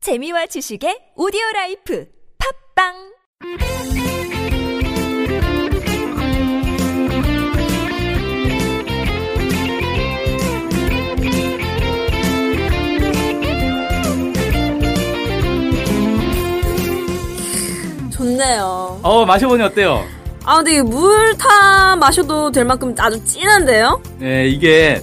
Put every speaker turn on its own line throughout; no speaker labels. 재미와 지식의 오디오 라이프 팝빵
좋네요.
어 마셔보니 어때요?
아, 근데 물 타 마셔도 될 만큼 아주 진한데요?
예, 이게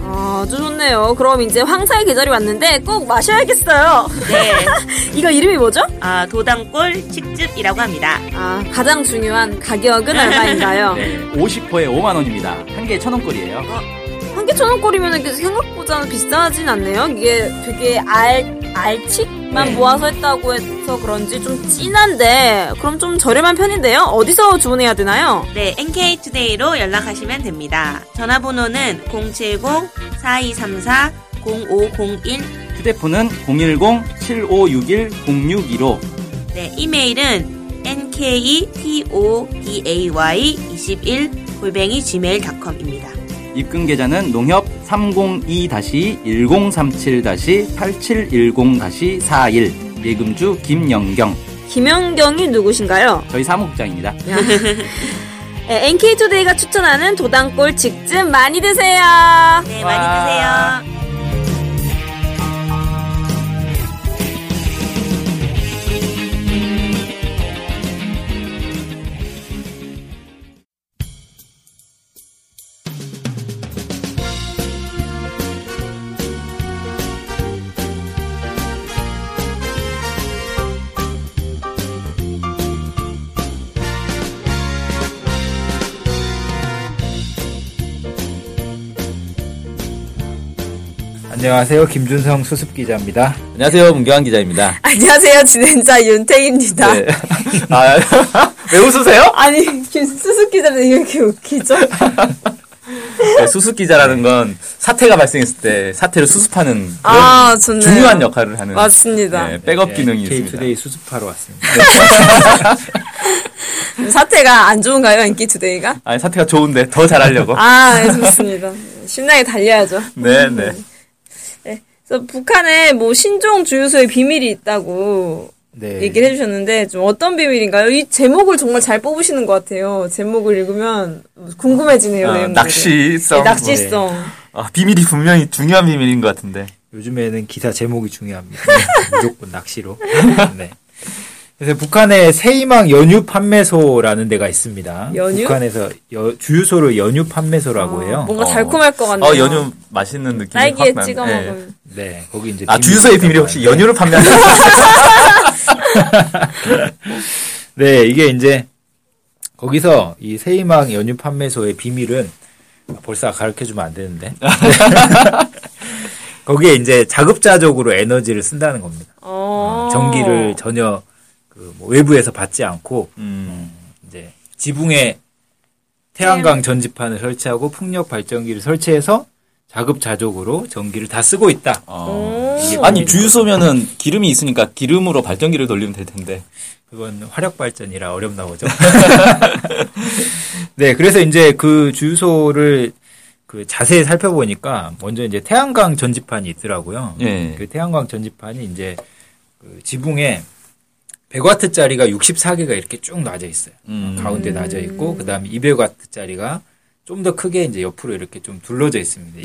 아, 아주 좋네요. 그럼 이제 황사의 계절이 왔는데 꼭 마셔야겠어요.
네,
이거 이름이 뭐죠?
아, 도당골 칡즙이라고 합니다.
아, 가장 중요한 가격은 얼마인가요?
네, 50호에 5만 원입니다. 한 개에 천 원꼴이에요.
한 개 천 원꼴이면 생각보다 비싸진 않네요. 이게 되게 알, 알칡만
네.
모아서 했다고 해서 그런지 좀 진한데, 그럼 좀 저렴한 편인데요? 어디서 주문해야 되나요?
네, NK투데이로 연락하시면 됩니다. 전화번호는 070-4234-0501
휴대폰은 010-7561-0615
네, 이메일은 nktoday21 골뱅이 gmail.com입니다.
입금 계좌는 농협 302-1037-8710-41 예금주 김영경
김연경이 누구신가요?
저희 사무국장입니다.
네, NK투데이가 추천하는 도당골 직즙 많이 드세요.
네,
와.
많이 드세요.
안녕하세요. 김준성 수습 기자입니다.
안녕하세요. 문경환 기자입니다.
안녕하세요. 진행자 윤태입니다.
네.
어?
아, 왜 웃으세요?
아니, 수습 기자는 이렇게 웃기죠?
네.
네, 수습 기자라는 건 사태가 발생했을 때 사태를 수습하는
아, 좋네요.
중요한 역할을 하는
맞습니다.
네,
예,
백업 기능이 있습니다.
K2데이 예, 수습하러 왔습니다.
사태가 안 좋은가요, NK투데이가?
아니 사태가 좋은데 더 잘하려고.
아, 네, 좋습니다. 신나게 달려야죠.
네, 네.
그래서 북한에 뭐 신종 주유소에 비밀이 있다고
네.
얘기를 해주셨는데 좀 어떤 비밀인가요? 이 제목을 정말 잘 뽑으시는 것 같아요. 제목을 읽으면 궁금해지네요.
아,
내용들이.
낚시성.
네, 낚시성.
아, 비밀이 분명히 중요한 비밀인 것 같은데.
요즘에는 기사 제목이 중요합니다. 네, 무조건 낚시로. 네. 그래서 북한의 세이망 연유 판매소라는 데가 있습니다.
연유?
북한에서 여- 주유소를 연유 판매소라고 해요.
아, 뭔가
어.
달콤할 것 같네요.
아, 연유 맛있는 느낌이
딸기에
확 나는.
찍어
예.
먹으면.
네, 거기 이제
아, 주유소의 비밀이 혹시 연유를 판매하는
네, 이게 이제 거기서 이 세이망 연유 판매소의 비밀은 아, 벌써 가르쳐 주면 안 되는데. 거기에 이제 자급자족으로 에너지를 쓴다는 겁니다.
어.
전기를 전혀 그뭐 외부에서 받지 않고
음.
이제 지붕에 태양광 전지판을 설치하고 풍력 발전기를 설치해서 자급자족으로 전기를 다 쓰고 있다.
오.
어. 아니, 주유소면은 기름이 있으니까 기름으로 발전기를 돌리면 될 텐데.
그건 화력 발전이라 어렵나 보죠. 네, 그래서 이제 그 주유소를 그 자세히 살펴보니까 먼저 이제 태양광 전지판이 있더라고요.
예.
그 태양광 전지판이 이제 그 지붕에 100와트짜리가 64개가 이렇게 쭉 놔져 있어요. 가운데 놔져 있고 그다음에 200와트짜리가 좀 더 크게 이제 옆으로 이렇게 좀 둘러져 있습니다.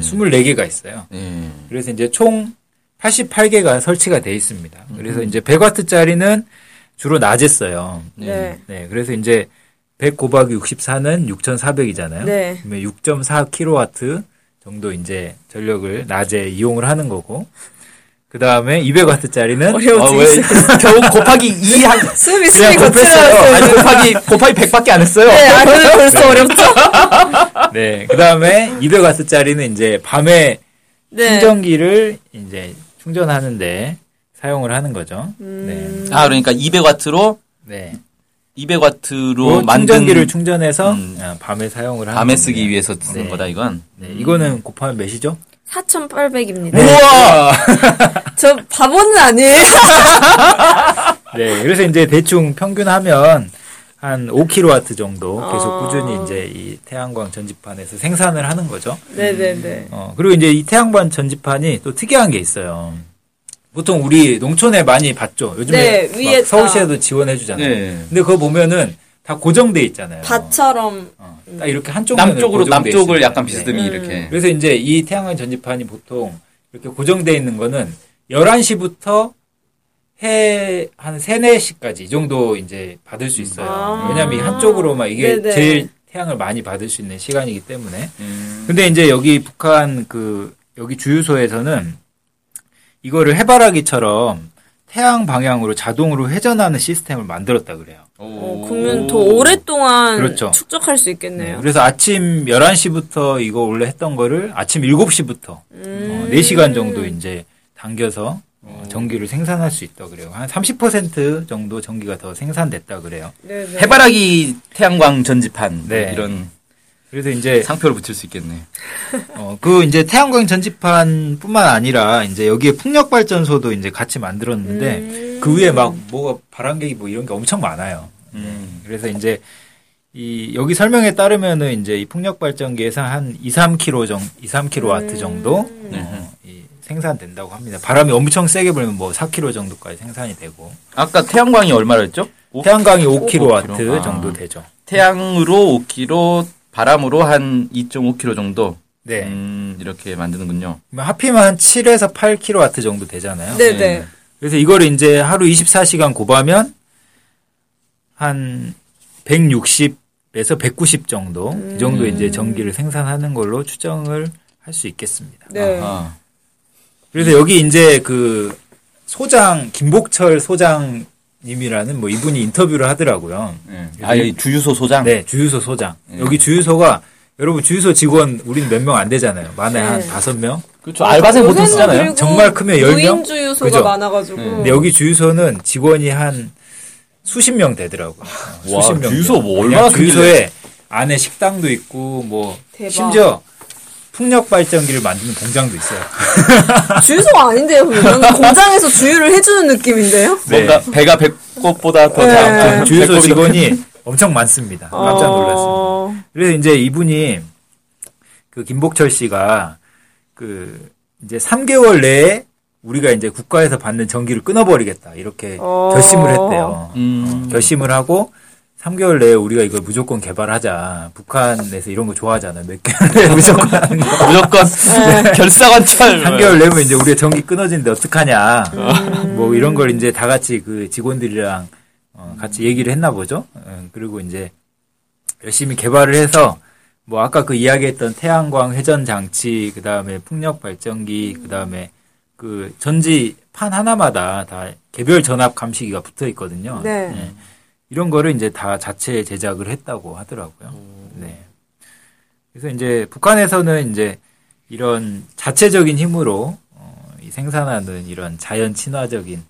네.
24개가 있어요.
예.
그래서 이제 총 88개가 설치가 돼 있습니다. 그래서 이제 100와트짜리는 주로 낮에 써요.
음. 네.
네, 그래서 이제 100 곱하기 64는 6,400이잖아요.
네.
그러면 6.4kW 정도 이제 전력을 낮에 이용을 하는 거고. 그 다음에 200W짜리는
어려워지겠어요.
아,
네,
겨우 곱하기 2 한, 그냥
수업이 수업이
곱했어요.
거칠어요.
아니, 곱하기, 곱하기 100밖에 안 했어요.
네, 아, 그래서 벌써 어렵죠?
네, 그 다음에 200W짜리는 이제 밤에
네.
충전기를 이제 충전하는데 사용을 하는 거죠.
음.
아 그러니까 200와트로
네. 네.
200와트로
뭐
그
만든
충전기를 충전해서
음.
아, 밤에 사용을 하는
밤에
겁니다.
쓰기 위해서 쓰는
네.
거다 이건.
네, 이거는 곱하면 몇이죠?
4,800입니다.
네. 우와.
네. 저 바보는 아니에요.
네, 그래서 이제 대충 평균하면 한 5kW 정도 계속
아.
꾸준히 이제 이 태양광 전지판에서 생산을 하는 거죠.
네네네.
어, 그리고 이제 이 태양광 전지판이 또 특이한 게 있어요. 보통 우리 농촌에 많이 봤죠. 요즘에
네, 위에
막 서울시에도 지원해 주잖아요.
네.
근데 그거 보면은 다 고정돼 있잖아요.
밭처럼
어, 딱 이렇게 한쪽 면으로
남쪽으로
고정돼
남쪽을
있어요.
약간
네.
비스듬히
음.
이렇게.
그래서 이제 이 태양광 전지판이 보통 이렇게 고정돼 있는 거는 11시부터 해, 한 3, 4시까지 이 정도 이제 받을 수 있어요.
아.
왜냐면 이 한쪽으로만 이게
네네.
제일 태양을 많이 받을 수 있는 시간이기 때문에.
음.
근데 이제 여기 북한 그, 여기 주유소에서는 이거를 해바라기처럼 태양 방향으로 자동으로 회전하는 시스템을 만들었다 그래요.
어, 그러면 더 오랫동안
그렇죠.
축적할 수
네,
있겠네요.
그래서 아침 11시부터 이거 원래 했던 거를 아침 7시부터 어, 4시간 정도 이제 당겨서 어, 전기를 생산할 수 있다 그래요. 한 30% 정도 전기가 더 생산됐다 그래요.
네네.
해바라기 태양광 전지판
네.
이런
그래서
네.
이제
상표를 붙일 수 있겠네.
어, 그 이제 태양광 전지판뿐만 아니라 이제 여기에 풍력 발전소도 이제 같이 만들었는데
음.
그 위에 막 뭐가 바람개기 뭐 이런 게 엄청 많아요. 예.
음.
그래서 이제 이 여기 설명에 따르면은 이제 이 풍력 발전기에서 한 2, 3kg 정 2, 3kW
음.
정도
네.
어, 이 생산된다고 합니다. 바람이 엄청 세게 불면 뭐 4kg 정도까지 생산이 되고
아까 태양광이 얼마라 했죠? 오-
태양광이 5kW
5kW.
정도
아.
되죠.
태양으로 5kg, 바람으로 한 2.5kg 정도.
네.
음, 이렇게 만드는군요.
그러면 하필이면 한 7에서 8kW 정도 되잖아요.
네네.
그래서 이걸 이제 하루 24시간 곱하면 한 160에서 190 정도 이 정도 이제 전기를 생산하는 걸로 추정을 할 수 있겠습니다. 어,
네.
아,
그래서 여기 이제 그 소장 김복철 소장님이라는 뭐 이분이 인터뷰를 하더라고요.
예. 아, 여기 주유소 소장.
네, 주유소 소장. 여기 주유소가 여러분 주유소 직원 우린 몇 명 안 되잖아요. 많에 한 다섯 명.
그렇죠. 알바생 보통
요새는
쓰잖아요.
그리고
정말 크면 열 명?
무인 주유소가
그죠? 네.
많아가지고.
근데 여기 주유소는 직원이 한 수십 명 되더라고.
와,
수십 명.
주유소 뭐
그냥
얼마나
주유소에 안에 식당도 있고 뭐
대박.
심지어 풍력 발전기를 만드는 공장도 있어요.
주유소가 아닌데요, 그러면? 공장에서 주유를 해주는 느낌인데요?
뭔가 배가 배꼽보다
네.
더 작은
그 주유소 직원이 엄청 많습니다. 깜짝 놀랐습니다.
어,
그래서 이제 이분이 그 김복철 씨가 그 이제 3개월 내에 우리가 이제 국가에서 받는 전기를 끊어버리겠다 이렇게
어.
결심을 했대요.
음.
어, 결심을 하고 3개월 내에 우리가 이걸 무조건 개발하자. 북한에서 이런 거 좋아하잖아요. 몇 개월 내에 무조건 하는 거.
무조건
네.
네, 결사관찰.
3개월 내면 이제 우리의 전기 끊어지는데 어떡하냐. 뭐 이런 걸 이제 다 같이 그 직원들이랑 어, 같이 얘기를 했나 보죠. 어, 그리고 이제 열심히 개발을 해서 뭐 아까 그 이야기했던 태양광 회전 장치, 그 다음에 풍력 발전기, 그 다음에 그 전지 판 하나마다 다 개별 전압 감시기가 붙어 있거든요.
네.
이런 거를 이제 다 자체 제작을 했다고 하더라고요.
음.
네. 그래서 이제 북한에서는 이제 이런 자체적인 힘으로 어, 이 생산하는 이런 자연 친화적인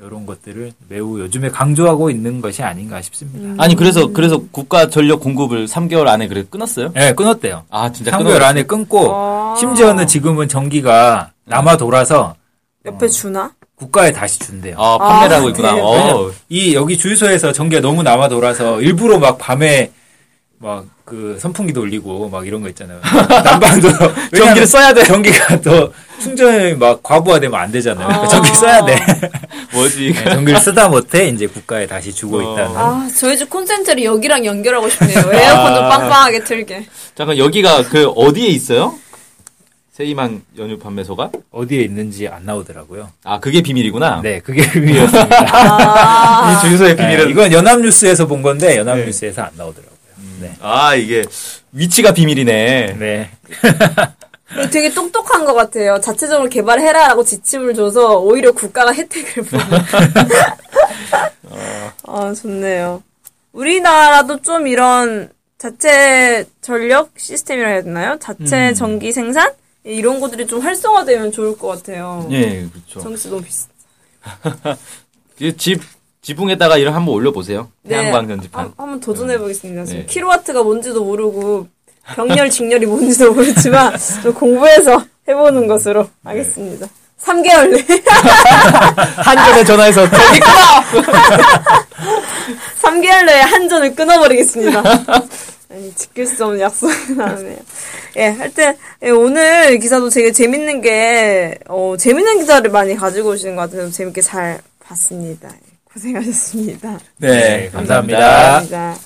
이런 것들을 매우 요즘에 강조하고 있는 것이 아닌가 싶습니다.
아니, 그래서, 그래서 국가 전력 공급을 3개월 안에 그래 끊었어요?
네, 끊었대요.
아, 진짜
3개월
끊었어요.
안에 끊고 심지어는 지금은 전기가 남아 돌아서
옆에 주나?
국가에 다시 준대요.
아, 판매를 하고 있구나.
그래요?
어.
네, 이 여기 주유소에서 전기가 너무 남아 돌아서 일부러 막 밤에 막 그 선풍기 돌리고 막 이런 거 있잖아요. 난방도
전기를 써야 돼.
전기가 또 충전이 막 과부하되면 안 되잖아요. 그러니까 전기 써야 돼.
네.
뭐지, 이거.
전기를 쓰다 못해 이제 국가에 다시 주고 있다는.
아, 저희 집 콘센트를 여기랑 연결하고 싶네요.
아.
에어컨도 빵빵하게 틀게.
잠깐, 여기가 그 어디에 있어요? 세이망 연유 판매소가?
어디에 있는지 안 나오더라고요.
아, 그게 비밀이구나.
네, 그게 의미였습니다.
아.
이 주유소의
네,
비밀은
이건 연합뉴스에서 본 건데 연합뉴스에서 안 나오더라고요. 네.
아 이게 위치가 비밀이네.
네.
되게 똑똑한 것 같아요. 자체적으로 개발해라라고 지침을 줘서 오히려 국가가 혜택을 보는.
어.
아, 좋네요. 우리나라도 좀 이런 자체 전력 시스템이라 해야 되나요? 자체
음.
전기 생산? 이런 것들이 좀 활성화되면 좋을 것 같아요.
예 그렇죠.
정치 너무 비슷.
이집 지붕에다가 이런 한번 올려보세요.
네.
태양광 전지판.
한- 한번 도전해 보겠습니다. 지금
네.
킬로와트가 뭔지도 모르고 병렬 직렬이 뭔지도 모르지만 좀 공부해서 해보는 것으로 하겠습니다. 3개월 내
아,
한전에 전화해서 거기
3개월 내에 한 전을 끊어버리겠습니다. 아니, 지킬 수 없는 약속이 나네요. 예, 하여튼, 예, 오늘 기사도 되게 재밌는 게, 어, 재밌는 기사를 많이 가지고 오시는 것 같아서 재밌게 잘 봤습니다. 예, 고생하셨습니다.
네, 감사합니다.
감사합니다.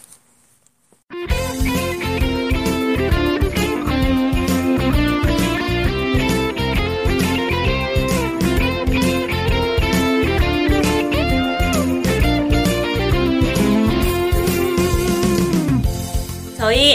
저희